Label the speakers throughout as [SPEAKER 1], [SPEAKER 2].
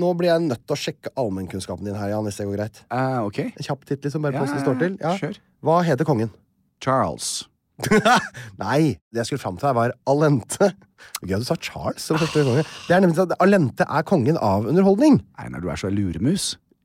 [SPEAKER 1] nå blir jeg nødt til å sjekke allmennkunnskapen din her, Jan, hvis det går greit.
[SPEAKER 2] Eh, ok.
[SPEAKER 1] En kjapp tittel som bare
[SPEAKER 2] Ja,
[SPEAKER 1] posten står til.
[SPEAKER 2] kjør.
[SPEAKER 1] Hva heter kongen?
[SPEAKER 2] Charles.
[SPEAKER 1] Nei, det jeg skulle fram til her, var Alente. Gøy at du sa Charles som første konge. Det er nemlig sånn at Alente er kongen av underholdning.
[SPEAKER 2] Einar, du er så luremus.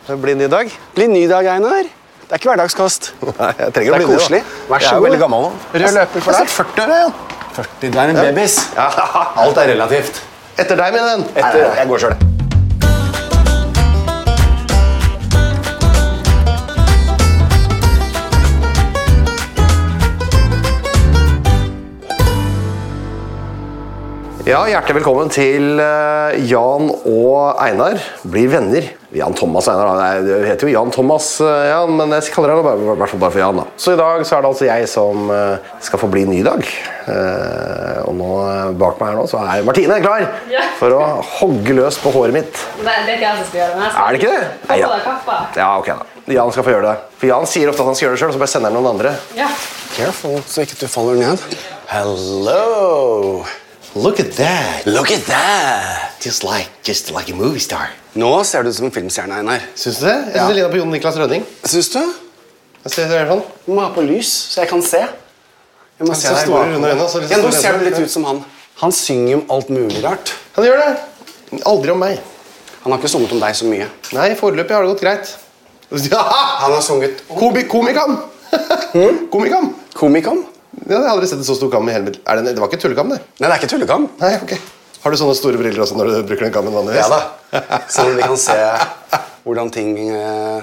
[SPEAKER 3] Bli ny dag. Bli ny dag, Einar. Det er ikke hverdagskost. Nei, jeg trenger det er koselig. Vær så god. Jeg er veldig gammel nå. Rød løper for deg. 40 år, Jan. 40, Du er en babys. Alt er relativt. Etter deg, min venn. jeg går sjøl. Ja, Hjertelig velkommen til eh, Jan og Einar blir venner. Jan Thomas og Einar, da. Nei, det heter jo Jan Thomas, eh, Jan, men jeg kaller deg nå bare, i hvert fall bare for Jan. da. Så i dag så er det altså jeg som eh, skal få bli ny dag. Eh, Og nå eh, bak meg her nå så er Martine klar for å hogge løs på håret mitt.
[SPEAKER 4] Nei, det er ikke jeg som skal gjøre det. men jeg skal-
[SPEAKER 3] Er det ikke det?
[SPEAKER 4] Få på
[SPEAKER 3] ja.
[SPEAKER 4] deg kappa.
[SPEAKER 3] ja, ok da. Jan skal få gjøre det. For Jan sier ofte at han skal gjøre det sjøl, så bare sender han noen andre.
[SPEAKER 4] Ja.
[SPEAKER 3] Careful, så ikke du faller ned. Hello. Look at that. Look at that. Just like, just like a movie star.
[SPEAKER 5] Nå ser du ut som en filmstjerne, Einar.
[SPEAKER 3] Syns du det? Jeg syns det ligner på Jon Niklas Rønning.
[SPEAKER 5] Syns du?
[SPEAKER 3] Jeg ser, ser sånn.
[SPEAKER 5] Du må ha på lys, så jeg kan se. Jeg må
[SPEAKER 3] Jeg ser deg i
[SPEAKER 5] stå-
[SPEAKER 3] våre runde øyne, så liksom sånn, litt
[SPEAKER 5] ja,
[SPEAKER 3] store
[SPEAKER 5] nå ser du
[SPEAKER 3] øyne.
[SPEAKER 5] litt ut som han. Han synger om alt mulig rart.
[SPEAKER 3] Han gjør det. Aldri om meg.
[SPEAKER 5] Han har ikke sunget om deg så mye.
[SPEAKER 3] Nei, foreløpig har det gått greit. Ja!
[SPEAKER 5] Han har sunget om
[SPEAKER 3] Komi komikam! Hm? komikam!
[SPEAKER 5] Komikam.
[SPEAKER 3] Ja, jeg har aldri sett en så stor kam i hele mitt er det, en- det var ikke tullekam, det.
[SPEAKER 5] Nei, det er ikke tullekam.
[SPEAKER 3] Nei, ok. Har du sånne store briller også når du bruker den kammen vanligvis?
[SPEAKER 5] Sånn at vi kan se hvordan ting eh,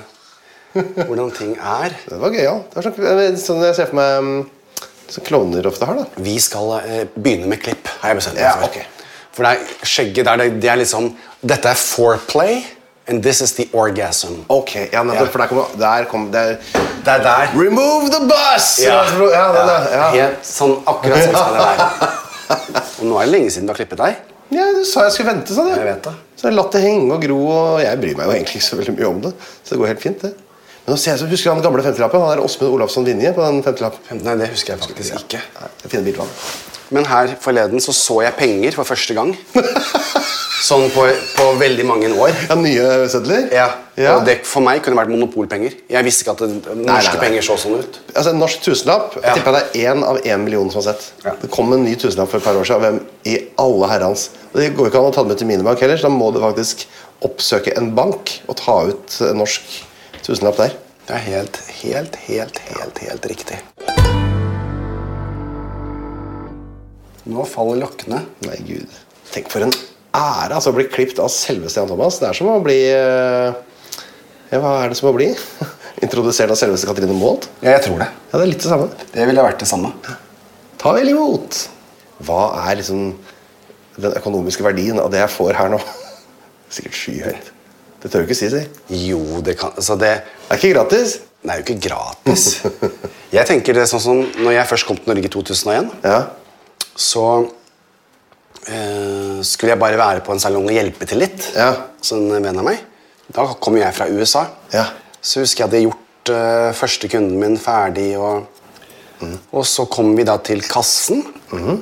[SPEAKER 5] Hvordan ting er.
[SPEAKER 3] Det var gøy, ja. Det var sånn, sånn jeg ser for meg mm, sånn klovner ofte har, da.
[SPEAKER 5] Vi skal eh, begynne med klipp, har jeg bestemt meg
[SPEAKER 3] Ja,
[SPEAKER 5] for.
[SPEAKER 3] ok.
[SPEAKER 5] For det er skjegget der, det, det er liksom Dette er foreplay, and this is the orgasm.
[SPEAKER 3] Ok, ja, nettopp,
[SPEAKER 5] Ja.
[SPEAKER 3] for der kommer der kom, der.
[SPEAKER 5] Det er der.
[SPEAKER 3] Remove the bus!
[SPEAKER 5] Ja,
[SPEAKER 3] ja, det, det, ja.
[SPEAKER 5] Helt sånn akkurat sånn skal det være. Og nå er det lenge siden du har klippet deg.
[SPEAKER 3] ja, du sa jeg skulle vente, sa du.
[SPEAKER 5] Jeg vet det.
[SPEAKER 3] Så jeg latt det henge og gro, og jeg bryr meg jo egentlig ikke så veldig mye om det. Så det går helt fint, det.
[SPEAKER 5] Men nå ser jeg så husker han den gamle femtilappen. Han er Åsmund Olafsson Vinje på den femtilappen.
[SPEAKER 3] Nei, det husker jeg faktisk ikke.
[SPEAKER 5] Nei, det er fine bilder av han.
[SPEAKER 3] Men her forleden så så jeg penger for første gang. Sånn på, på veldig mange år.
[SPEAKER 5] Ja, nye sedler?
[SPEAKER 3] Ja.
[SPEAKER 5] Ja.
[SPEAKER 3] Og det for meg kunne vært monopolpenger. Jeg visste ikke at det, norske
[SPEAKER 5] nei.
[SPEAKER 3] penger så sånn ut.
[SPEAKER 5] Altså, En norsk tusenlapp
[SPEAKER 3] Ja.
[SPEAKER 5] jeg tipper jeg det er én av én million som har sett.
[SPEAKER 3] Ja.
[SPEAKER 5] Det kom en ny tusenlapp for et par år siden. Hvem i alle herrens Og Det går jo ikke an å ta den med til minibank heller, så da må du faktisk oppsøke en bank og ta ut en norsk tusenlapp der.
[SPEAKER 3] Det er helt, helt, helt, helt, helt riktig. Nå faller lokkene.
[SPEAKER 5] Nei, gud. Tenk for en ære altså, å bli klippet av selveste Jan Thomas. Det er som å bli eh, Ja, hva er det som å bli? Introdusert av selveste Katrine Maalt?
[SPEAKER 3] Ja, jeg tror det.
[SPEAKER 5] Ja, det er litt det samme.
[SPEAKER 3] Det ville vært det samme.
[SPEAKER 5] Ta vel imot! Hva er liksom den økonomiske verdien av det jeg får her nå? Sikkert skyhøyt. Det tør du ikke si, si. Det
[SPEAKER 3] Jo, det kan altså det,
[SPEAKER 5] er ikke gratis.
[SPEAKER 3] det er jo ikke gratis. Jeg tenker det er sånn som når jeg først kom til Norge i 2001,
[SPEAKER 5] Ja.
[SPEAKER 3] så eh, skulle jeg bare være på en salong og hjelpe til litt.
[SPEAKER 5] Ja.
[SPEAKER 3] Så en venn av meg. Da kom jo jeg fra USA.
[SPEAKER 5] Ja.
[SPEAKER 3] Så husker jeg hadde gjort eh, første kunden min ferdig, og, og så kom vi da til kassen.
[SPEAKER 5] Mhm.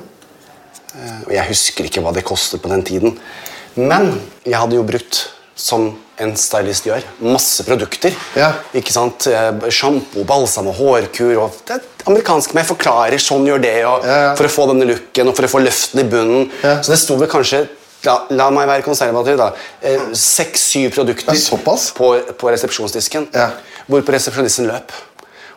[SPEAKER 3] Eh, og jeg husker ikke hva det kostet på den tiden. Men jeg hadde jo brukt, som en stylist gjør, masse produkter.
[SPEAKER 5] Ja.
[SPEAKER 3] Ikke sant? Eh, Sjampo, balsam og hårkur. og det er amerikansk, men jeg forklarer sånn gjør det, og
[SPEAKER 5] Ja, ja.
[SPEAKER 3] for å få denne looken og for å få løften i bunnen.
[SPEAKER 5] Ja.
[SPEAKER 3] Så det sto vel kanskje La, la meg være konservativ, da. eh, Seks-syv produkter
[SPEAKER 5] Ja, såpass?
[SPEAKER 3] på, på resepsjonsdisken.
[SPEAKER 5] Ja.
[SPEAKER 3] Hvorpå resepsjonisten løp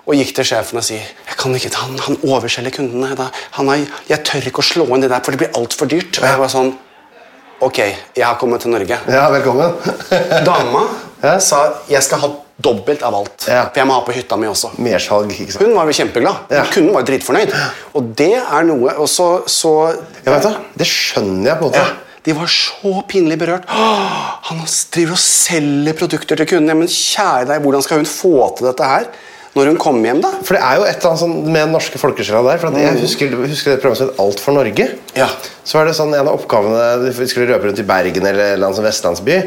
[SPEAKER 3] og gikk til sjefen og sier jeg kan ikke ta han, han overselger kundene. Da. Han har, jeg tør ikke å slå inn det der, for det blir altfor dyrt. Og jeg var sånn Ok, jeg har kommet til Norge.
[SPEAKER 5] ja, velkommen.
[SPEAKER 3] Dama sa jeg skal ha dobbelt av alt.
[SPEAKER 5] Ja.
[SPEAKER 3] For jeg må ha på hytta mi også.
[SPEAKER 5] Mersalg, ikke sant.
[SPEAKER 3] Hun var jo kjempeglad.
[SPEAKER 5] Ja.
[SPEAKER 3] Kunden var jo dritfornøyd. Og det er noe Og så, så
[SPEAKER 5] Ja, vet du, det skjønner jeg på en måte.
[SPEAKER 3] ja, de var så pinlig berørt. Åh, han driver og selger produkter til kundene. Ja, Men kjære deg, hvordan skal hun få til dette her når hun kommer hjem, da?
[SPEAKER 5] For det er jo et eller annet sånn med den norske folkesjela der. For at jeg husker, husker det programmet som het Alt for Norge.
[SPEAKER 3] Mm. Ja.
[SPEAKER 5] Så var det sånn en av oppgavene Vi skulle røpe rundt i Bergen eller en eller annen sånn vestlandsby.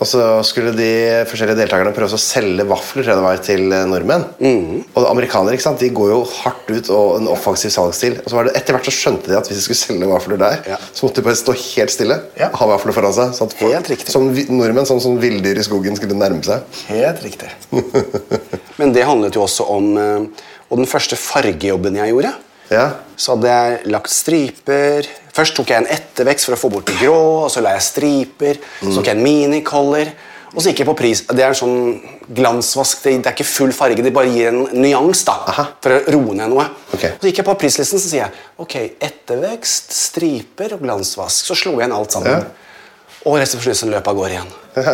[SPEAKER 5] Og så skulle de forskjellige deltakerne prøve å selge vafler tror jeg det var, til eh, nordmenn.
[SPEAKER 3] Mm.
[SPEAKER 5] Og amerikanere ikke sant? De går jo hardt ut og en offensiv salgsstil. Og så var det etter hvert så skjønte de at hvis de skulle selge vafler der,
[SPEAKER 3] Ja.
[SPEAKER 5] så måtte de bare stå helt stille.
[SPEAKER 3] Ja.
[SPEAKER 5] Ha vafler foran seg. Sånn at folk-
[SPEAKER 3] Helt riktig.
[SPEAKER 5] som vi- nordmenn sånn som villdyr i skogen skulle nærme seg.
[SPEAKER 3] Helt riktig. Men det handlet jo også om eh, Og den første fargejobben jeg gjorde,
[SPEAKER 5] Ja.
[SPEAKER 3] så hadde jeg lagt striper. Først tok jeg en ettervekst for å få bort det grå, og så la jeg striper. Så tok jeg en minicolor. Og så gikk jeg på pris. Det er en sånn glansvask. Det det er ikke full farge, det bare gir en nyans da, for å roe ned noe.
[SPEAKER 5] Ok.
[SPEAKER 3] Så gikk jeg på prislisten så sier jeg, ok, ettervekst, striper og glansvask. Så slo jeg inn alt sammen. Og resepsjonisten løp av gårde igjen. For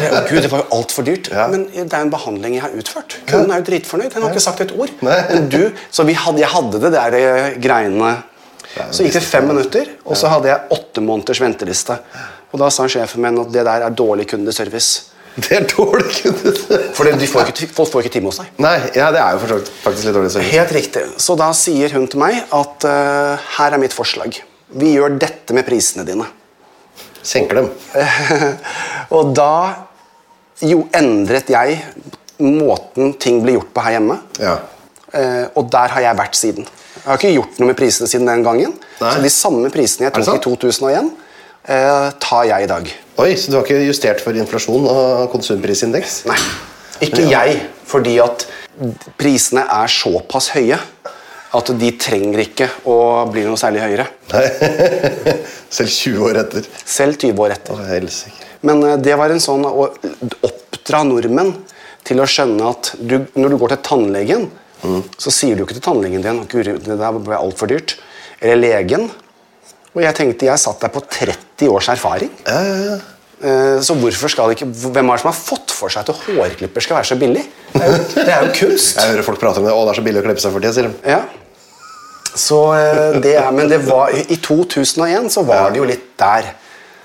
[SPEAKER 3] det, å Gud, det var jo altfor dyrt.
[SPEAKER 5] Ja.
[SPEAKER 3] Men det er en behandling jeg har utført. Kunden er jo dritfornøyd. Han har ikke sagt et ord.
[SPEAKER 5] Nei.
[SPEAKER 3] Men du, så vi hadde, jeg hadde det der eh, greiene. Så gikk det fem minutter, og så hadde jeg åtte måneders venteliste. Og da sa sjefen min at det der er dårlig kundeservice.
[SPEAKER 5] Det er dårlig kunde.
[SPEAKER 3] For det- de får ikke, ti- folk får ikke time hos deg.
[SPEAKER 5] Nei, ja, det er jo for så vidt faktisk litt dårlig service.
[SPEAKER 3] Helt riktig. Så da sier hun til meg at eh, her er mitt forslag. Vi gjør dette med prisene dine.
[SPEAKER 5] Senker dem.
[SPEAKER 3] og da jo endret jeg måten ting ble gjort på her hjemme.
[SPEAKER 5] Ja.
[SPEAKER 3] Eh, og der har jeg vært siden. Jeg har ikke gjort noe med prisene siden den gangen.
[SPEAKER 5] Nei.
[SPEAKER 3] Så de samme prisene jeg
[SPEAKER 5] Er det
[SPEAKER 3] tok i 2001, eh, tar jeg i dag.
[SPEAKER 5] Oi, så du har ikke justert for inflasjon og konsumprisindeks?
[SPEAKER 3] Nei. Ikke jeg, fordi at prisene er såpass høye at de trenger ikke å bli noe særlig høyere.
[SPEAKER 5] Nei. Selv 20 år etter.
[SPEAKER 3] Selv 20 år etter.
[SPEAKER 5] Å, helsike.
[SPEAKER 3] Men eh, det var en sånn å oppdra nordmenn til å skjønne at du, når du går til tannlegen, så sier du ikke til tannlegen din at det der ble altfor dyrt. Eller legen. Og jeg tenkte jeg satt der på 30 års erfaring.
[SPEAKER 5] Ja, ja, ja.
[SPEAKER 3] Eh, Så hvorfor skal det ikke Hvem er det som har fått for seg at hårklipper skal være så billig? Det er jo, det er jo kunst.
[SPEAKER 5] Jeg hører folk prate om det. Å, det er så billig å klippe seg for tida, sier de.
[SPEAKER 3] Ja. Så eh, det er Men det var, i 2001 så var det jo litt der.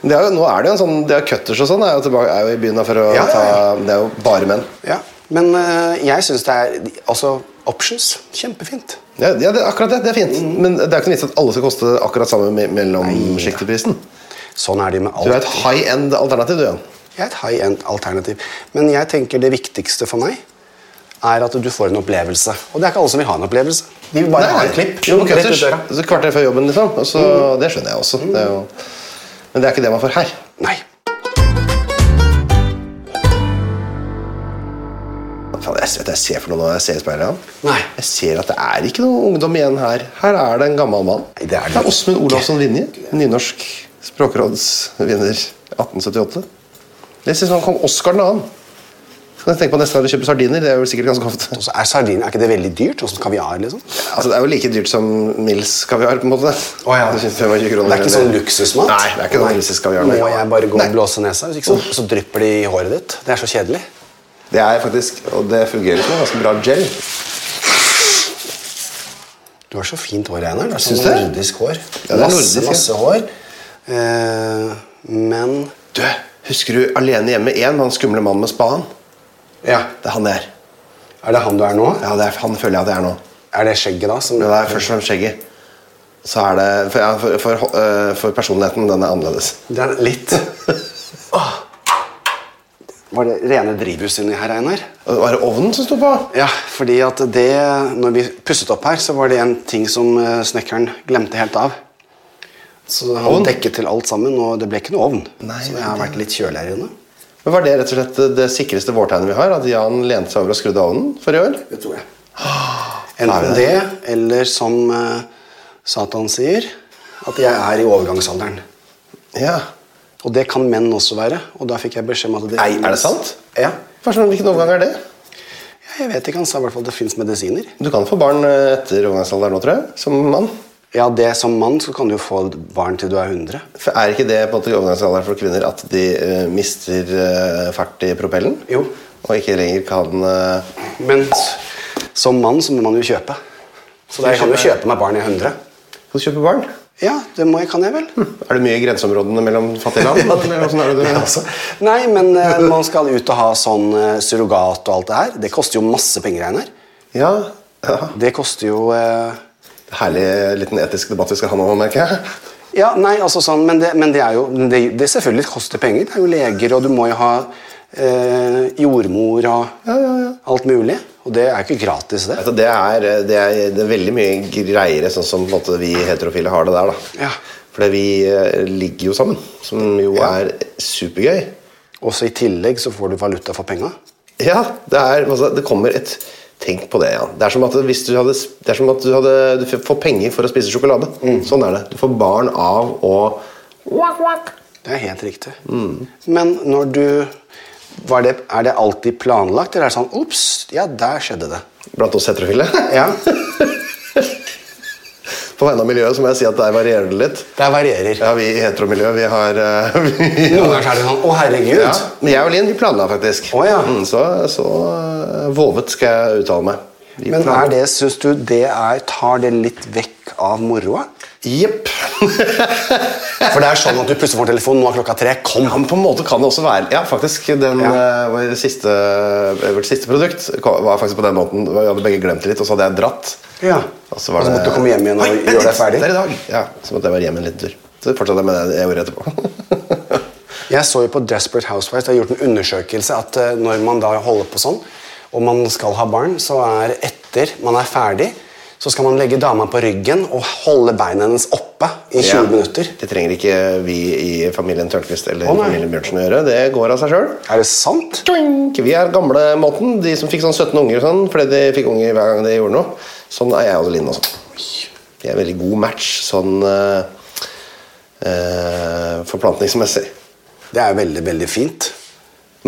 [SPEAKER 5] Det er jo, nå er det jo en sånn, det er cutters og sånn. Er jo tilbake, er jo i byen da for å
[SPEAKER 3] Ja, ja,
[SPEAKER 5] ta
[SPEAKER 3] ja.
[SPEAKER 5] Det er jo bare menn.
[SPEAKER 3] Ja, Men eh, jeg syns det er Altså, options. Kjempefint.
[SPEAKER 5] Ja, ja det, akkurat det. Det er fint.
[SPEAKER 3] Mm.
[SPEAKER 5] Men det er ikke noe vits at alle skal koste akkurat samme me- mellomsjikt i prisen.
[SPEAKER 3] Sånn er det jo med
[SPEAKER 5] Du er et
[SPEAKER 3] alt.
[SPEAKER 5] high end alternativ, du, Jan. Jeg er et high end-alternativ. Men jeg tenker det viktigste for meg er at du får en opplevelse. Og det er ikke alle som vil ha en opplevelse. De vil bare ha en klipp.
[SPEAKER 3] Jo,
[SPEAKER 5] Rett ut
[SPEAKER 3] cutters.
[SPEAKER 5] døra. Mm.
[SPEAKER 3] Så kvarter før jobben, liksom. Og så, Det skjønner jeg også. Det er jo, men det er ikke det man får her.
[SPEAKER 5] Nei.
[SPEAKER 3] Faen, jeg vet du hva jeg ser for noe når jeg ser i speilet. ja?
[SPEAKER 5] Nei.
[SPEAKER 3] Jeg ser at det er ikke noe ungdom igjen her. Her er det en gammel mann.
[SPEAKER 5] Nei, det er det
[SPEAKER 3] det er Åsmund
[SPEAKER 5] ikke.
[SPEAKER 3] Olavsson Vinje, nynorsk språkrådsvinner 1878. Det ser ut som han kom Oscar den annen. Så kan jeg tenke på neste gang du kjøper sardiner. Det er jo sikkert ganske ofte.
[SPEAKER 5] Og så er sardiner, er ikke det veldig dyrt? Sånn som kaviar, liksom?
[SPEAKER 3] Altså, det er jo like dyrt som Nils kaviar, på en måte.
[SPEAKER 5] Å, ja.
[SPEAKER 3] Det er 25 kroner.
[SPEAKER 5] Det er ikke
[SPEAKER 3] eller-
[SPEAKER 5] sånn luksusmat?
[SPEAKER 3] Nei, det er ikke sånn luksuskaviar. nei.
[SPEAKER 5] Må jeg bare gå
[SPEAKER 3] Nei.
[SPEAKER 5] og blåse nesa, hvis ikke så, så drypper de i håret ditt? Det er så kjedelig.
[SPEAKER 3] Det er faktisk, og det fungerer som en ganske bra gel.
[SPEAKER 5] Du har så fint hår, Einar. Det er
[SPEAKER 3] Syns
[SPEAKER 5] sånn
[SPEAKER 3] du?
[SPEAKER 5] nordisk hår.
[SPEAKER 3] Ja, det er nordisk,
[SPEAKER 5] masse,
[SPEAKER 3] ja.
[SPEAKER 5] masse hår. Eh, men
[SPEAKER 3] Du, husker du Alene hjemme 1, han skumle mannen med spaden?
[SPEAKER 5] Ja,
[SPEAKER 3] Det er han jeg er.
[SPEAKER 5] Er det han du er nå?
[SPEAKER 3] Ja, det er, han føler jeg at jeg er nå.
[SPEAKER 5] Er det skjegget, da? Som
[SPEAKER 3] Men det er først og fremst skjegget. Så er det For, ja, for, for, øh, for personligheten, den er annerledes.
[SPEAKER 5] Det er litt Åh. Var det rene drivhus inni her, Einar?
[SPEAKER 3] Og Var det ovnen som sto på?
[SPEAKER 5] Ja, fordi at det Når vi pusset opp her, så var det en ting som eh, snekkeren glemte helt av. Så han
[SPEAKER 3] Ovn?
[SPEAKER 5] dekket til alt sammen, og det ble ikke noe ovn.
[SPEAKER 3] Nei,
[SPEAKER 5] så
[SPEAKER 3] det
[SPEAKER 5] det
[SPEAKER 3] er
[SPEAKER 5] har
[SPEAKER 3] det.
[SPEAKER 5] vært litt kjølig her inne.
[SPEAKER 3] Men Var det rett og slett det sikreste vårtegnet vi har? At Jan lente seg over og skrudde av ovnen for i år?
[SPEAKER 5] Det tror jeg. Enten Ah, det, eller som eh, Satan sier, at jeg er i overgangsalderen.
[SPEAKER 3] Ja.
[SPEAKER 5] Og det kan menn også være. Og da fikk jeg beskjed om at det
[SPEAKER 3] Nei, er det sant?
[SPEAKER 5] Ja.
[SPEAKER 3] Hva slags- Hvilken overgang er det?
[SPEAKER 5] Jeg vet ikke, han sa i hvert fall at det fins medisiner.
[SPEAKER 3] Du kan få barn øh, etter overgangsalderen nå, tror jeg. Som mann.
[SPEAKER 5] Ja, det Som mann så kan du jo få barn til du er 100.
[SPEAKER 3] For Er ikke det på en måte overgangsalderen for kvinner at de øh, mister øh, fart i propellen?
[SPEAKER 5] Jo.
[SPEAKER 3] Og ikke lenger kan øh,
[SPEAKER 5] Men s- som mann så må man jo kjøpe. Så da jeg kan jo kjøpe meg barn i 100.
[SPEAKER 3] få kjøpe barn?
[SPEAKER 5] Ja, det må jeg, kan jeg vel.
[SPEAKER 3] Er det mye i grenseområdene mellom fattige land? eller hvordan er det du
[SPEAKER 5] Ja, altså. Nei, men eh, man skal ut og ha sånn eh, surrogat og alt det her. Det koster jo masse penger, Einar.
[SPEAKER 3] Ja, ja.
[SPEAKER 5] Det koster jo eh,
[SPEAKER 3] Herlig eh, liten etisk debatt vi skal ha nå, merker jeg.
[SPEAKER 5] Ja, nei, altså sånn, men det, men det er jo men det, det selvfølgelig koster penger. Det er jo leger, og du må jo ha eh, jordmor og alt mulig. Og det er jo ikke gratis, det.
[SPEAKER 3] Vet du, Altså, Det er, eh, det, er, det er veldig mye greiere sånn som på en måte, vi heterofile har det der. da.
[SPEAKER 5] Ja.
[SPEAKER 3] Fordi vi eh, ligger jo sammen, som jo
[SPEAKER 5] Ja.
[SPEAKER 3] er supergøy.
[SPEAKER 5] Og så i tillegg så får du valuta for penga.
[SPEAKER 3] Ja, det, er, altså, det kommer et Tenk på det, Jan. Det er som at, hvis du, hadde, det er som at du, hadde, du f- får penger for å spise sjokolade.
[SPEAKER 5] Mm.
[SPEAKER 3] Sånn er det. Du får barn av å
[SPEAKER 5] Det er helt riktig. Mm. Men når du var det, Er det alltid planlagt, eller er det sånn Ops, ja, der skjedde det.
[SPEAKER 3] Blant oss heterofile.
[SPEAKER 5] Ja,
[SPEAKER 3] På vegne av miljøet så må jeg si at der varierer det litt.
[SPEAKER 5] Der varierer.
[SPEAKER 3] Ja, vi i heteromiljøet, vi har eh, vi,
[SPEAKER 5] Noen ganger så er det sånn Å, herregud.
[SPEAKER 3] Ja, men jeg og Linn vi planla faktisk.
[SPEAKER 5] Å, ja.
[SPEAKER 3] mm, så så eh, vovet skal jeg uttale meg. Vi
[SPEAKER 5] Men
[SPEAKER 3] planla-
[SPEAKER 5] er det, syns du det er Tar det litt vekk av moroa?
[SPEAKER 3] Jepp.
[SPEAKER 5] For det er sånn at du plutselig får telefon nå er klokka tre. Kom!
[SPEAKER 3] Ja, men på en måte kan det også være Ja, faktisk. Den,
[SPEAKER 5] Ja.
[SPEAKER 3] eh, vår siste, eh, vårt siste produkt ko- var faktisk på den måten. Vi hadde begge glemt det litt, og så hadde jeg dratt.
[SPEAKER 5] Ja.
[SPEAKER 3] Og så, var
[SPEAKER 5] Og så måtte
[SPEAKER 3] det-
[SPEAKER 5] du komme hjem igjen og
[SPEAKER 3] Oi, vent
[SPEAKER 5] gjøre deg
[SPEAKER 3] litt,
[SPEAKER 5] ferdig.
[SPEAKER 3] Det er i dag. Ja, Så måtte jeg være hjemme en liten tur. Så fortsatte jeg med det jeg gjorde etterpå.
[SPEAKER 5] Jeg så jo på Desperate Housewives, det er gjort en undersøkelse at eh, når man da holder på sånn, og man skal ha barn, så er etter man er ferdig, så skal man legge dama på ryggen og holde beina hennes oppe i 20
[SPEAKER 3] Ja.
[SPEAKER 5] minutter.
[SPEAKER 3] Det trenger ikke vi i familien Tørnquist eller
[SPEAKER 5] Å, nei.
[SPEAKER 3] familien Bjørnsen å gjøre. Det går av seg sjøl.
[SPEAKER 5] Er det sant?
[SPEAKER 3] Twink! Vi er gamle måten, de som fikk sånn 17 unger og sånn, fordi de fikk unger hver gang de gjorde noe. Sånn er jeg og Linn også. Vi er en veldig god match sånn eh, eh, forplantningsmessig.
[SPEAKER 5] Det er veldig, veldig fint.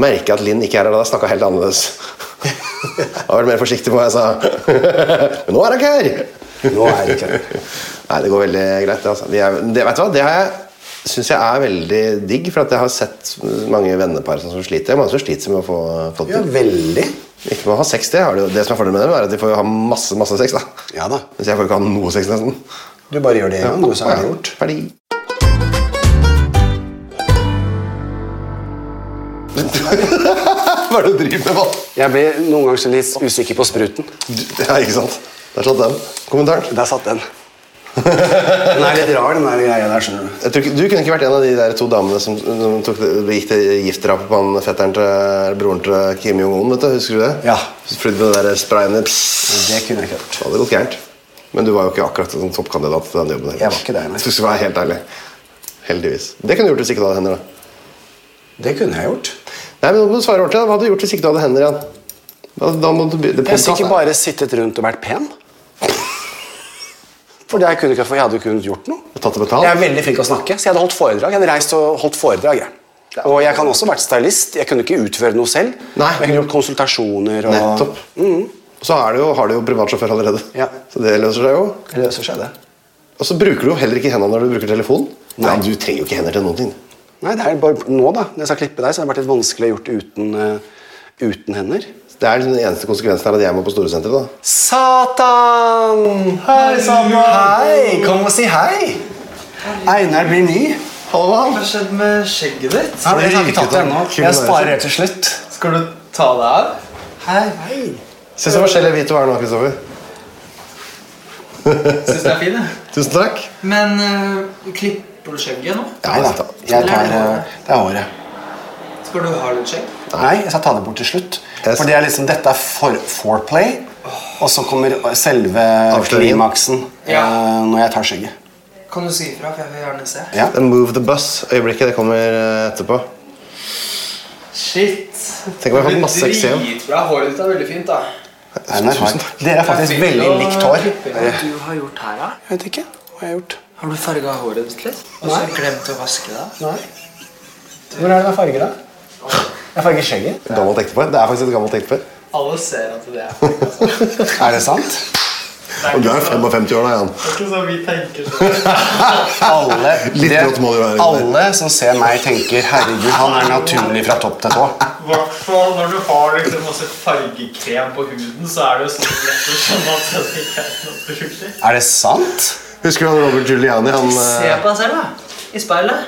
[SPEAKER 3] Merker at Linn ikke er her, da snakka helt annerledes. Jeg har vært mer forsiktig på hva jeg sa. Men nå er hun ikke her!
[SPEAKER 5] Nå er det ikke
[SPEAKER 3] Nei, det går veldig greit. det, Altså. Vi er, det, vet du hva? det har jeg syns jeg er veldig digg, for at jeg har sett mange vennepar som sliter. Det er mange som sliter med å få fått
[SPEAKER 5] Ja, veldig.
[SPEAKER 3] Ikke med å ha sex, det, har de jo- det som er fordelen med dem, er at de får jo ha masse masse sex. da.
[SPEAKER 5] Ja da.
[SPEAKER 3] Mens jeg får ikke ha noe sex, nesten.
[SPEAKER 5] Du bare gjør det en gang, du, så er det
[SPEAKER 3] Ja,
[SPEAKER 5] gjort.
[SPEAKER 3] Ferdig. Hva er det du driver med, hva?
[SPEAKER 5] Jeg ble noen ganger så litt usikker på spruten.
[SPEAKER 3] Du- Ja, ikke sant? Der satt den sånn kommentaren.
[SPEAKER 5] Der satt den. Den er litt rar, den der greia der, skjønner du.
[SPEAKER 3] Jeg tror, ikke- du kunne ikke vært en av de der to damene som, som tok, det- gikk til giftdrapet på han fetteren til broren til Kim Jong-un. vet du, Husker du det?
[SPEAKER 5] Ja.
[SPEAKER 3] Så Flydde med den der sprayen din. Pss,
[SPEAKER 5] Det kunne jeg ikke hørt.
[SPEAKER 3] Det hadde gått gærent. Men du var jo ikke akkurat en toppkandidat til den jobben. heller.
[SPEAKER 5] Jeg var ikke det, nei.
[SPEAKER 3] Hvis du skal være helt ærlig. Heldigvis. Det kunne du gjort hvis ikke du hadde hender. da.
[SPEAKER 5] Det kunne jeg gjort.
[SPEAKER 3] Nei, men nå må du svare ordentlig. da. Hva hadde du gjort hvis ikke du hadde hender igjen? Da, da må du, be- det altså.
[SPEAKER 5] Jeg
[SPEAKER 3] podcast,
[SPEAKER 5] skulle ikke bare sittet rundt og vært pen. For det jeg, kunne ikke, for jeg hadde jo ikke kunnet gjort noe.
[SPEAKER 3] da. Tatt det betalt?
[SPEAKER 5] Jeg er veldig flink til å snakke, så jeg hadde holdt foredrag. Jeg hadde reist og holdt foredrag, jeg. Og jeg kan også vært stylist. Jeg kunne ikke utføre noe selv.
[SPEAKER 3] Nei.
[SPEAKER 5] Jeg kunne gjort konsultasjoner og
[SPEAKER 3] Nettopp. Så er det jo, har du jo privatsjåfør allerede.
[SPEAKER 5] Mm. Ja.
[SPEAKER 3] Så det løser seg jo.
[SPEAKER 5] Det løser seg, det.
[SPEAKER 3] Og så bruker du jo heller ikke hendene når du bruker telefonen.
[SPEAKER 5] Nei.
[SPEAKER 3] Ja, du trenger jo ikke hender til noen ting.
[SPEAKER 5] Nei, det er bare nå, da. Når jeg skal klippe deg, så har det vært litt vanskelig å gjort det uten, eh, uten hender.
[SPEAKER 3] Det er liksom den eneste konsekvensen her at jeg må på Storesenteret. da.
[SPEAKER 5] Satan! Hei, Satan! Hei! Kom og si hei! Einar blir ny.
[SPEAKER 3] Hallo,
[SPEAKER 4] Hva har skjedd med skjegget ditt?
[SPEAKER 5] Nei, jeg har ikke tatt det ennå.
[SPEAKER 3] Kult å
[SPEAKER 5] Jeg
[SPEAKER 3] være
[SPEAKER 5] sparer
[SPEAKER 3] her.
[SPEAKER 5] helt til slutt.
[SPEAKER 4] Skal du ta deg av?
[SPEAKER 5] Hei, hei.
[SPEAKER 3] Se så forskjellig hvit du er nå, Kristoffer.
[SPEAKER 4] Syns det er fint, jeg.
[SPEAKER 3] Tusen takk.
[SPEAKER 4] Men eh, klipper du skjegget nå?
[SPEAKER 5] Nei da.
[SPEAKER 3] Altså,
[SPEAKER 5] Jeg tar eh, Det er håret.
[SPEAKER 4] Skal du ha litt skjegg?
[SPEAKER 5] Nei, jeg skal ta det bort til slutt.
[SPEAKER 3] Jeg-
[SPEAKER 5] For det er liksom, dette er for, foreplay, og så kommer selve
[SPEAKER 3] Avsløringen.
[SPEAKER 5] klimaksen
[SPEAKER 4] Ja.
[SPEAKER 5] eh, når jeg tar skjegget.
[SPEAKER 4] Kan du si ifra, for jeg vil gjerne se.
[SPEAKER 5] Ja.
[SPEAKER 3] The Move the Bus-øyeblikket det kommer eh, etterpå.
[SPEAKER 4] Shit.
[SPEAKER 3] Tenk om jeg har fått masse eksem.
[SPEAKER 4] Dritbra. Håret ditt er veldig fint, da.
[SPEAKER 5] Einar har- Dere er faktisk
[SPEAKER 4] Det er fint
[SPEAKER 5] veldig
[SPEAKER 4] å
[SPEAKER 5] likt hår.
[SPEAKER 4] klippe inn Hva du har gjort her, da?
[SPEAKER 5] Jeg vet ikke hva jeg har gjort.
[SPEAKER 4] Har du farga håret ditt litt? Og så glemt å vaske deg?
[SPEAKER 5] Nei. Hvor er det med farger, da? Jeg farger skjegget.
[SPEAKER 3] Gammelt ektepar. Det er faktisk et gammelt ektepar.
[SPEAKER 4] Alle ser at det er farga.
[SPEAKER 5] Er det sant?
[SPEAKER 3] Og du er jo 55 år da, Jan.
[SPEAKER 4] Det er ikke sånn vi tenker sånn.
[SPEAKER 5] Alle,
[SPEAKER 3] Litt grått må det være.
[SPEAKER 5] alle som ser meg, tenker 'herregud, han er naturlig fra topp til tå'.
[SPEAKER 4] I hvert fall når du har liksom masse fargekrem på huden, så er det jo sånn lett å skjønne at det ikke er naturlig.
[SPEAKER 5] Er det sant?
[SPEAKER 3] Husker du han Robert Giuliani? Han,
[SPEAKER 4] Se
[SPEAKER 3] eh,
[SPEAKER 4] på deg selv, da. I speilet.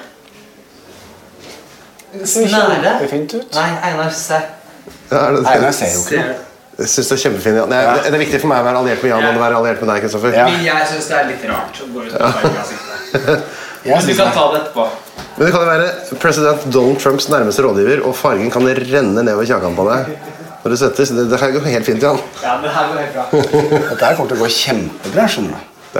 [SPEAKER 4] Nære.
[SPEAKER 5] fint ut.
[SPEAKER 4] Nei, Einar, se.
[SPEAKER 3] ja, er det-
[SPEAKER 5] Einar ser jo ikke.
[SPEAKER 4] Ser du?
[SPEAKER 3] Jeg synes det er kjempefint, Jan. Jeg, det, det er viktig for meg å være alliert med Jan enn å være alliert med deg, Kristoffer.
[SPEAKER 5] Ja.
[SPEAKER 4] Men jeg syns det er litt rart å gå ut med farge i ansiktet. Men
[SPEAKER 5] Jeg
[SPEAKER 4] du
[SPEAKER 5] synes
[SPEAKER 4] kan
[SPEAKER 5] det.
[SPEAKER 4] ta det etterpå.
[SPEAKER 3] Men det kan jo være president Donald Trumps nærmeste rådgiver, og fargen kan renne nedover kjakan på deg når du svetter. så Det, det her går helt fint, Jan.
[SPEAKER 4] Ja, men her går helt bra.
[SPEAKER 5] Dette her kommer til å gå kjempebra, skjønner du.
[SPEAKER 3] Det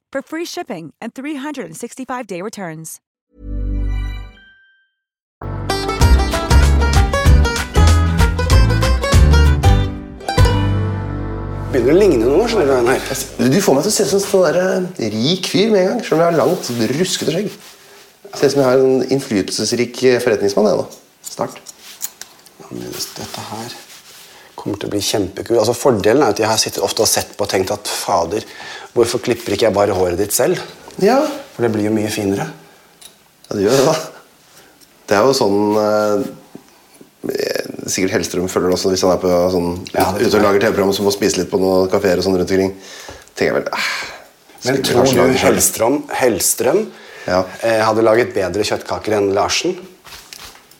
[SPEAKER 6] for free shipping and 365-day returns.
[SPEAKER 5] Begynner å ligne noe, skjønner du, Einar.
[SPEAKER 3] Du får meg til å se ut som en sånn der, eh, rik fyr med en gang, selv om jeg har langt, ruskete skjegg. Ser ut som jeg har en innflytelsesrik eh, forretningsmann. Jeg, da. Snart.
[SPEAKER 5] Dette her kommer til å bli kjempekult. Altså, fordelen er at jeg har sittet ofte og sett på og tenkt at fader, hvorfor klipper ikke jeg bare håret ditt selv?
[SPEAKER 3] Ja.
[SPEAKER 5] For det blir jo mye finere.
[SPEAKER 3] Ja, det gjør det, da. Det er jo sånn eh, Sikkert Hellstrøm føler det også hvis han er på sånn, ute og lager TV-program som får spise litt på noen kafeer og sånn rundt omkring. Tenker jeg vel, eh,
[SPEAKER 5] Men
[SPEAKER 3] skulle
[SPEAKER 5] tror
[SPEAKER 3] kanskje
[SPEAKER 5] du
[SPEAKER 3] lage selv.
[SPEAKER 5] Hellstrøm, Hellstrøm eh, hadde laget bedre kjøttkaker enn Larsen?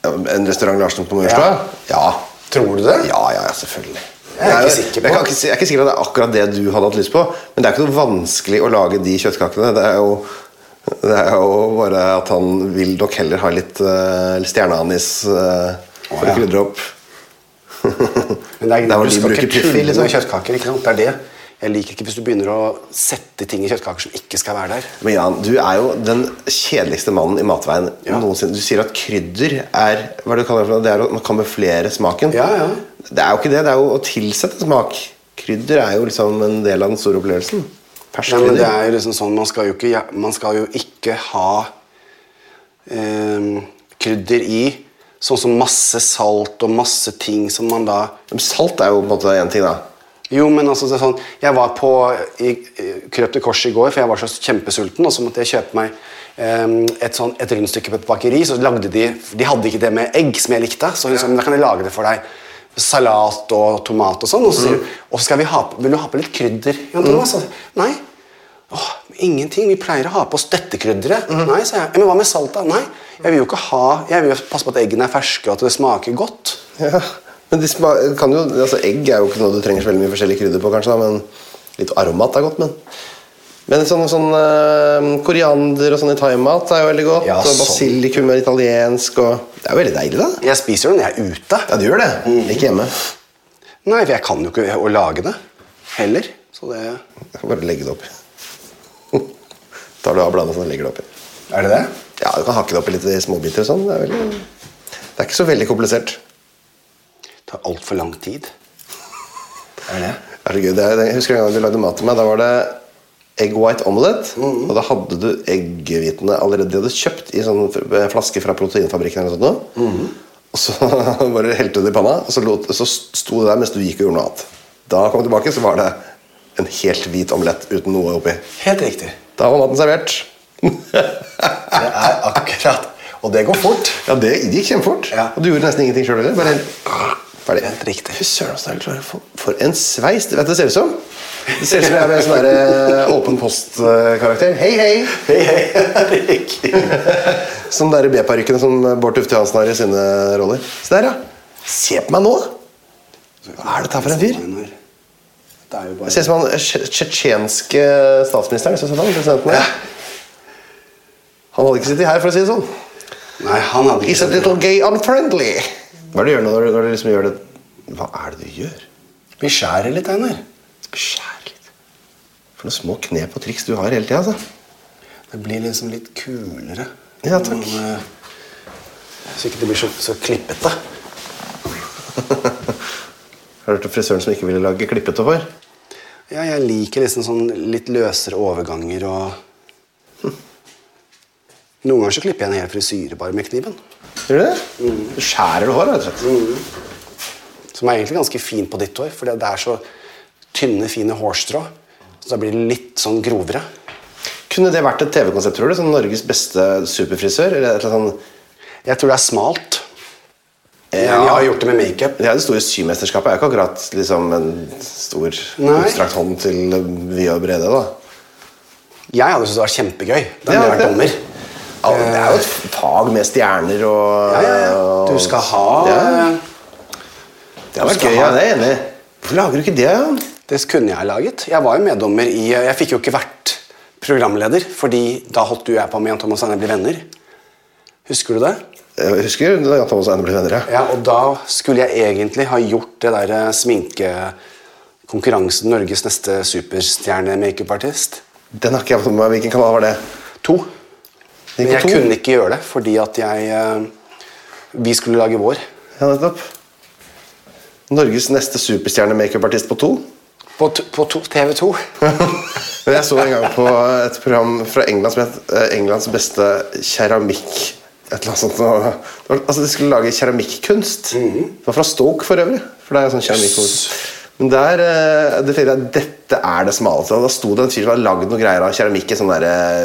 [SPEAKER 3] En restaurant Larsen på Majorstua? Ja.
[SPEAKER 5] Tror du det?
[SPEAKER 3] Ja, ja, ja, selvfølgelig.
[SPEAKER 5] Jeg er
[SPEAKER 3] Det
[SPEAKER 5] ikke
[SPEAKER 3] jo-
[SPEAKER 5] sikker
[SPEAKER 3] Jeg,
[SPEAKER 5] på.
[SPEAKER 3] kan ikke, si- jeg er ikke sikker på at det er akkurat det du hadde hatt lyst på, men det er ikke noe vanskelig å lage de kjøttkakene. Det er jo, det er jo bare at han vil nok heller ha litt eh, stjerneanis eh, for å krydre opp.
[SPEAKER 5] Men det er,
[SPEAKER 3] Der hvor
[SPEAKER 5] du
[SPEAKER 3] de
[SPEAKER 5] skal
[SPEAKER 3] bruker
[SPEAKER 5] ikke pulle
[SPEAKER 3] puffer,
[SPEAKER 5] i
[SPEAKER 3] liksom.
[SPEAKER 5] noen kjøttkaker. ikke sant? Det er det. Jeg liker ikke hvis du begynner å sette ting i kjøttkaker som ikke skal være der.
[SPEAKER 3] Men Jan, du er jo den kjedeligste mannen i matveien noensinne. Du sier at krydder er hva er det du kaller det, for noe? det er å kamuflere smaken. Det er jo ikke det. Det er jo å tilsette smak. Krydder er jo liksom en del av den store opplevelsen. Fersk
[SPEAKER 5] Ja, men det
[SPEAKER 3] krydder.
[SPEAKER 5] er jo liksom sånn, Man skal jo ikke, ja, man skal jo ikke ha eh, krydder i sånn som masse salt og masse ting som man da
[SPEAKER 3] Salt er jo på en måte én ting, da.
[SPEAKER 5] Jo, men altså, det er sånn, jeg var på i, i- Krøp til korset i går, for jeg var så kjempesulten, og så måtte jeg kjøpe meg em, et, sånn, et rundstykke på et bakeri. Så lagde de De hadde ikke det med egg, som jeg likte. Så hun sa, men da kan jeg lage det for deg. Salat og tomat og sånn. Og så
[SPEAKER 3] Mm.
[SPEAKER 5] sier hun, og så skal vi ha på, vil du ha på litt krydder? Jan Thomas? Så, Nei. Åh, ingenting. Vi pleier å ha på oss dette krydderet.
[SPEAKER 3] Mm.
[SPEAKER 5] Nei, sa jeg. «Ja, Men hva med salt, da? Nei. Jeg vil jo ikke ha Jeg vil jo passe på at eggene er ferske, og at det smaker godt.
[SPEAKER 3] Ja. Men de sma kan jo, altså Egg er jo ikke noe du trenger så veldig mye forskjellig krydder på, kanskje. da, men Litt aromat er godt, men Men sånn, sånn eh, koriander og sånn i thaimat er jo veldig godt.
[SPEAKER 5] Ja,
[SPEAKER 3] og
[SPEAKER 5] sånn.
[SPEAKER 3] basilikum er italiensk og Det er jo veldig deilig, da.
[SPEAKER 5] Jeg spiser jo den jeg er ute. Mm.
[SPEAKER 3] Ja, du gjør det. Mm. Ikke hjemme.
[SPEAKER 5] Nei, for jeg kan jo ikke å lage det heller. Så det
[SPEAKER 3] Jeg får bare legge det oppi. Tar du av bladet sånn og legger det oppi.
[SPEAKER 5] Er det det?
[SPEAKER 3] Ja, du kan hakke det opp i litt småbiter og sånn. Det er, veldig, det er ikke så veldig komplisert.
[SPEAKER 5] tar altfor lang tid. Er det det?
[SPEAKER 3] Herregud, det er, jeg husker en gang du lagde mat til meg. Da var det egg white omelette. Og da hadde du eggehvitene allerede. De hadde kjøpt i sånn f- flaske fra proteinfabrikken. eller noe sånt. nå. Og så bare helte du det i panna, og så, lot, så sto det der mens du gikk og gjorde noe annet. Da kom du tilbake, så var det en helt hvit omelett uten noe oppi.
[SPEAKER 5] Helt riktig.
[SPEAKER 3] Da var maten servert.
[SPEAKER 5] Det er akkurat. Og det går fort.
[SPEAKER 3] Ja, det gikk kjempefort. Og du gjorde nesten ingenting sjøl heller. Bare helt ferdig.
[SPEAKER 5] Helt riktig.
[SPEAKER 3] Fy søren, så deilig. å være. For- For en sveis! Vet du hva det ser ut som? Det ser ut som jeg er med en sånn der, eh, åpen post-karakter. Hei, hei!
[SPEAKER 5] Hei, hei. Riktig.
[SPEAKER 3] Som de B-parykkene som Bård Tufte Johansen har i sine roller. Se der, ja. Se på meg nå! Hva er dette her for en fyr?
[SPEAKER 5] Det er jo
[SPEAKER 3] Jeg
[SPEAKER 5] bare
[SPEAKER 3] ser ut som han tsje- tsjetsjenske statsministeren. Synes jeg, han, presidenten. han hadde ikke sittet her, for å si det sånn.
[SPEAKER 5] Nei, han hadde
[SPEAKER 3] He's a little gay unfriendly. Hva er det du gjør nå når du, når du liksom gjør det? Hva er det du gjør?
[SPEAKER 5] Vi skjærer litt, Einar.
[SPEAKER 3] Beskjær litt. For noen små knep og triks du har hele tida. Altså.
[SPEAKER 5] Det blir liksom litt kulere.
[SPEAKER 3] Ja, takk.
[SPEAKER 5] Men, eh, Så ikke det blir så, så klippete.
[SPEAKER 3] Har du hørt om frisøren som ikke ville lage klippete hår?
[SPEAKER 5] Ja, jeg liker liksom sånn litt løsere overganger og Hm. Noen ganger så klipper jeg en hel frisyre bare med kniven.
[SPEAKER 3] Gjør du det? Du skjærer du håret, rett og slett.
[SPEAKER 5] Som er egentlig ganske fin på ditt hår, for det er så tynne, fine hårstrå. Så da blir det litt sånn grovere.
[SPEAKER 3] Kunne det vært et TV-konsept, tror du? Sånn Norges beste superfrisør? Eller et eller annet sånn eh,
[SPEAKER 5] Jeg tror det er smalt. Men jeg har gjort det med makeup.
[SPEAKER 3] Det er det store symesterskapet. Det er jo ikke akkurat liksom, en stor,
[SPEAKER 5] Nei.
[SPEAKER 3] utstrakt hånd til vide og brede. da.
[SPEAKER 5] Jeg hadde syntes det var kjempegøy.
[SPEAKER 3] Ja,
[SPEAKER 5] Da hadde jeg vært
[SPEAKER 3] det-
[SPEAKER 5] dommer.
[SPEAKER 3] Ja, det er jo et fag med stjerner og
[SPEAKER 5] Ja, ja, ja. Du skal ha
[SPEAKER 3] Ja. Det hadde
[SPEAKER 5] Du
[SPEAKER 3] vært
[SPEAKER 5] skal
[SPEAKER 3] gøy,
[SPEAKER 5] ha-
[SPEAKER 3] ja, det er jeg enig i. Hvorfor lager du ikke det? Jan?
[SPEAKER 5] Det kunne jeg laget. Jeg var jo meddommer i Jeg fikk jo ikke vært programleder, fordi da holdt du og jeg på med Jan Thomas Einar blir venner. Husker du det?
[SPEAKER 3] Jeg husker da Jan Thomas og Einar ble venner. Ja.
[SPEAKER 5] Ja, og da skulle jeg egentlig ha gjort det der eh, sminkekonkurransen Norges neste superstjerne-makeupartist.
[SPEAKER 3] Den har ikke jeg fått med meg. Hvilken kanal var det?
[SPEAKER 5] To.
[SPEAKER 3] Den
[SPEAKER 5] Men
[SPEAKER 3] gikk
[SPEAKER 5] jeg
[SPEAKER 3] på to.
[SPEAKER 5] kunne ikke gjøre det, fordi at jeg eh, Vi skulle lage vår.
[SPEAKER 3] Ja, nettopp. Norges neste superstjerne-makeupartist på to.
[SPEAKER 5] På, t på to, TV 2.
[SPEAKER 3] Men jeg så en gang på et program fra England som het eh, Englands beste keramikk. et eller annet sånt. og- det var- Altså, de skulle lage keramikkunst. Det var fra Stoke, for øvrig. For det er sånn keramikkkunst. Men der, eh, det fikk jeg, dette er det smaleste. Og Da sto det en fyr som hadde lagd noen greier av keramikk i sånn der eh,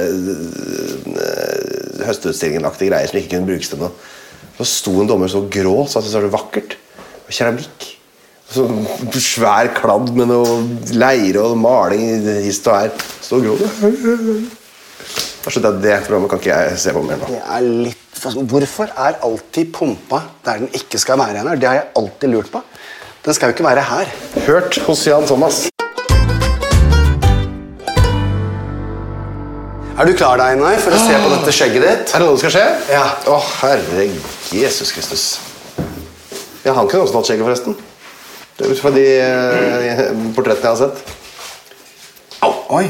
[SPEAKER 3] eh, Høstutstillingen-aktige greier som ikke kunne brukes til noe. Så sto en dommer så grå, så han syntes det var vakkert. Og keramikk. Så svær kladd med noe leire og maling i hist og her. Så grå. Da skjønte jeg at det programmet kan ikke jeg se på mer nå.
[SPEAKER 5] Det er litt Hvorfor er alltid pumpa der den ikke skal være, Einar? Det har jeg alltid lurt på. Den skal jo ikke være her.
[SPEAKER 3] Hørt hos Jan Thomas.
[SPEAKER 5] Er du klar da, Einar, for å se på dette skjegget ditt?
[SPEAKER 3] Er det noe som skal skje?
[SPEAKER 5] Ja.
[SPEAKER 3] Å, herre Jesus Kristus. Ja, han kunne også tatt skjegget, forresten. Det er Ut fra de eh, portrettene jeg har sett.
[SPEAKER 5] Au! Oi!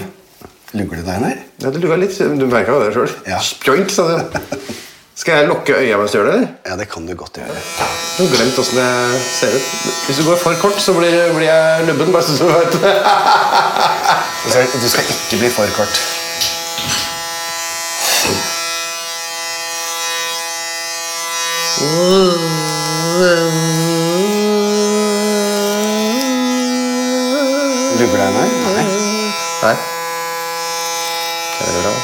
[SPEAKER 5] Lugger du deg, Einar?
[SPEAKER 3] Ja, det lugga litt. Du merka jo det sjøl.
[SPEAKER 5] Ja.
[SPEAKER 3] Spjoink, sa du. Skal jeg lukke øya mens du gjør det, eller?
[SPEAKER 5] Ja, det kan du godt gjøre.
[SPEAKER 3] Jeg har glemt åssen det ser ut. Hvis du går for kort, så blir, blir jeg lubben. bare så du vet det.
[SPEAKER 5] Du skal, du skal ikke bli for kort. Lugger deg, Einar? Nei.
[SPEAKER 3] Nei. Det er bra.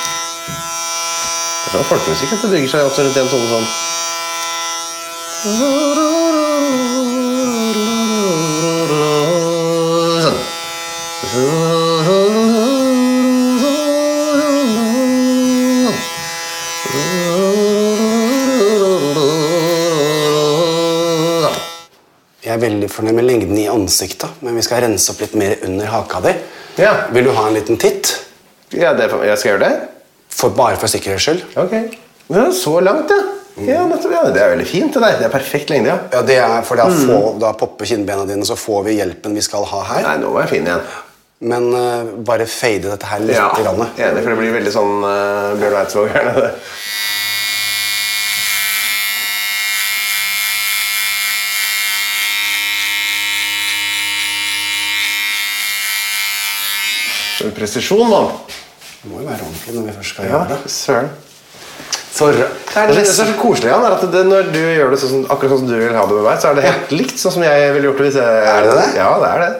[SPEAKER 3] Det er sånn folkemusikk at det bygger seg opp rundt en tone sånn. Sånn.
[SPEAKER 5] Jeg er veldig fornøyd med lengden i ansiktet, men vi skal rense opp litt mer under haka di.
[SPEAKER 3] Ja.
[SPEAKER 5] Vil du ha en liten titt?
[SPEAKER 3] Ja, det, er- jeg skal gjøre det?
[SPEAKER 5] For, bare for sikkerhets skyld.
[SPEAKER 3] Ok. Ja, så langt, ja. Ja, nettopp, ja. Det er veldig fint. Det der. Det er perfekt lengde, ja.
[SPEAKER 5] Ja, det er for da, får- da popper kinnbena dine, så får vi hjelpen vi skal ha her.
[SPEAKER 3] Nei, nå var jeg fin igjen.
[SPEAKER 5] Men eh, bare fade dette her litt.
[SPEAKER 3] Ja,
[SPEAKER 5] grann.
[SPEAKER 3] Enig, for det blir veldig sånn eh, Bjørn Eidsvåg her nede. For en Presisjon, mann.
[SPEAKER 5] Det må jo være ordentlig når vi først skal
[SPEAKER 3] Ja,
[SPEAKER 5] gjøre det.
[SPEAKER 3] søren.
[SPEAKER 5] For,
[SPEAKER 3] Det, er det, som er så koselig, Jan, er at det, når du gjør det sånn, som- akkurat sånn som du vil ha det med meg, så er det helt likt sånn som jeg ville gjort det hvis jeg
[SPEAKER 5] Er det det?
[SPEAKER 3] Ja, det er det.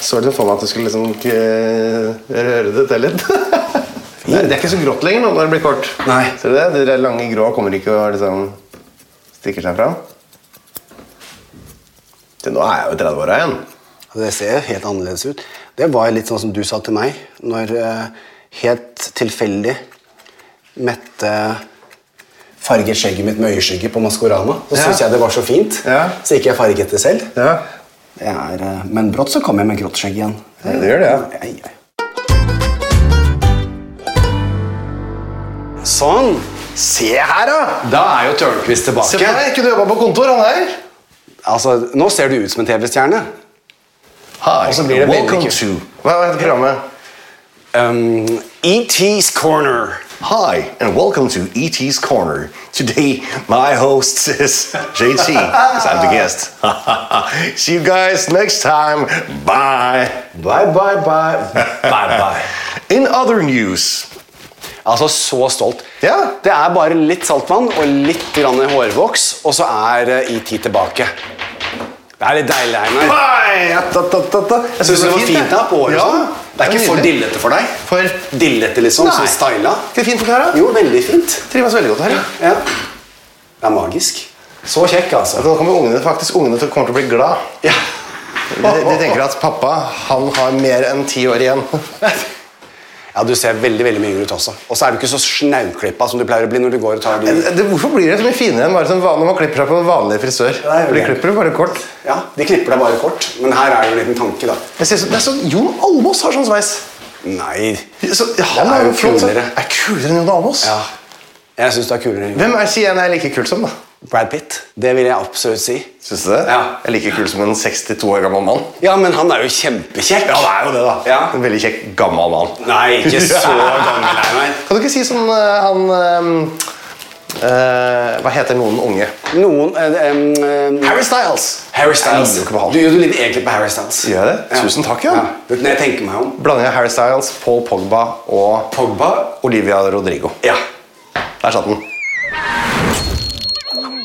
[SPEAKER 3] Så litt for meg at du skulle liksom eh, røre det til litt. Nei, det er ikke så grått lenger nå når det blir kort.
[SPEAKER 5] Nei.
[SPEAKER 3] Ser du det? De der lange grå kommer ikke og liksom stikker seg fram. Det, nå er jeg jo i 30-åra igjen.
[SPEAKER 5] det ser jo helt annerledes ut. Det var litt sånn som du sa til meg når eh, helt tilfeldig Mette farget skjegget mitt med øyeskygge på Maskorama. Så
[SPEAKER 3] Ja.
[SPEAKER 5] syntes jeg det var så fint,
[SPEAKER 3] Ja.
[SPEAKER 5] så gikk jeg farget det selv.
[SPEAKER 3] Ja.
[SPEAKER 5] Det er, eh, men brått så kom jeg med grått skjegg igjen.
[SPEAKER 3] Ja, det gjør det, ja.
[SPEAKER 5] ja. Sånn.
[SPEAKER 3] Se her, da!
[SPEAKER 5] Da er jo Tørnquist
[SPEAKER 3] Se på
[SPEAKER 5] tilbake.
[SPEAKER 3] deg, Kunne jobba på kontor, han her.
[SPEAKER 5] Altså, nå ser du ut som en TV-stjerne.
[SPEAKER 3] Hi,
[SPEAKER 5] Og så blir det veldig
[SPEAKER 3] welcome
[SPEAKER 5] kult.
[SPEAKER 3] to- Hva heter programmet?
[SPEAKER 5] Um, ET's Corner.
[SPEAKER 3] Hi, and welcome to ET's Corner. Today, my host is JT, because I'm the guest. See you guys next time. Bye. Bye, bye, bye.
[SPEAKER 5] Bye, bye.
[SPEAKER 3] In other news,
[SPEAKER 5] Altså, så stolt.
[SPEAKER 3] Ja.
[SPEAKER 5] Det er bare litt saltvann og litt grann hårvoks, og så er eh, ET tilbake. Det er litt deilig, Einar.
[SPEAKER 3] bye! Ja, da, da, da, da. Jeg
[SPEAKER 5] Syns du det var fint da, på håret? og
[SPEAKER 3] Ja.
[SPEAKER 5] sånn? Det er ikke for
[SPEAKER 3] nydelig.
[SPEAKER 5] dillete for deg?
[SPEAKER 3] For-
[SPEAKER 5] dillete, liksom?
[SPEAKER 3] Nei.
[SPEAKER 5] Som styla?
[SPEAKER 3] Ikke det fint for Klara?
[SPEAKER 5] Jo, veldig fint.
[SPEAKER 3] Trives veldig godt her. ja.
[SPEAKER 5] Ja. Det er magisk. Så kjekk, altså.
[SPEAKER 3] Nå kommer ungene faktisk ungene til, kommer til å bli glad.
[SPEAKER 5] Ja.
[SPEAKER 3] De, de tenker at pappa han har mer enn ti år igjen.
[SPEAKER 5] Ja, Du ser veldig veldig mye yngre ut også. Og så er du ikke så snauklippa som du pleier å bli når du går og tar de
[SPEAKER 3] Det, hvorfor blir det så mye finere enn bare sånn van- når man klipper seg på en vanlig frisør?
[SPEAKER 5] Nei, jeg
[SPEAKER 3] For de
[SPEAKER 5] vet.
[SPEAKER 3] klipper jo bare kort.
[SPEAKER 5] Ja, De klipper deg bare kort, men her er det jo en liten tanke, da.
[SPEAKER 3] Jeg ser så, det er sånn, Jon Almaas har sånn sveis.
[SPEAKER 5] Nei
[SPEAKER 3] Så,
[SPEAKER 5] Det
[SPEAKER 3] han
[SPEAKER 5] er
[SPEAKER 3] er
[SPEAKER 5] jo
[SPEAKER 3] jo flott. så-
[SPEAKER 5] kulere.
[SPEAKER 3] Er kulere enn Jon Almaas.
[SPEAKER 5] Ja. Jeg syns du er kulere enn
[SPEAKER 3] Hvem er sier jeg er like kul som, da?
[SPEAKER 5] Brad Pitt. Det vil jeg absolutt si.
[SPEAKER 3] Syns du det?
[SPEAKER 5] Ja.
[SPEAKER 3] Jeg er like kul som en 62 år gammel mann.
[SPEAKER 5] Ja, men han er jo kjempekjekk.
[SPEAKER 3] Ja, det er jo det, da.
[SPEAKER 5] Ja.
[SPEAKER 3] En veldig kjekk, gammel mann.
[SPEAKER 5] Nei, ikke så gammel, Einar.
[SPEAKER 3] Kan du ikke si sånn eh, han Eh, hva heter noen unge?
[SPEAKER 5] Noen eh, em, eh,
[SPEAKER 3] Harry Styles!
[SPEAKER 5] Harry Styles.
[SPEAKER 3] Jeg ligner jo ikke på han.
[SPEAKER 5] Du gjør det litt egentlig på Harry Styles.
[SPEAKER 3] Sier jeg det? Tusen takk, ja.
[SPEAKER 5] Vet du, Når jeg tenker meg om
[SPEAKER 3] Blanding av Harry Styles, Paul Pogba og
[SPEAKER 5] Pogba
[SPEAKER 3] Olivia Rodrigo.
[SPEAKER 5] Ja.
[SPEAKER 3] Der satt den.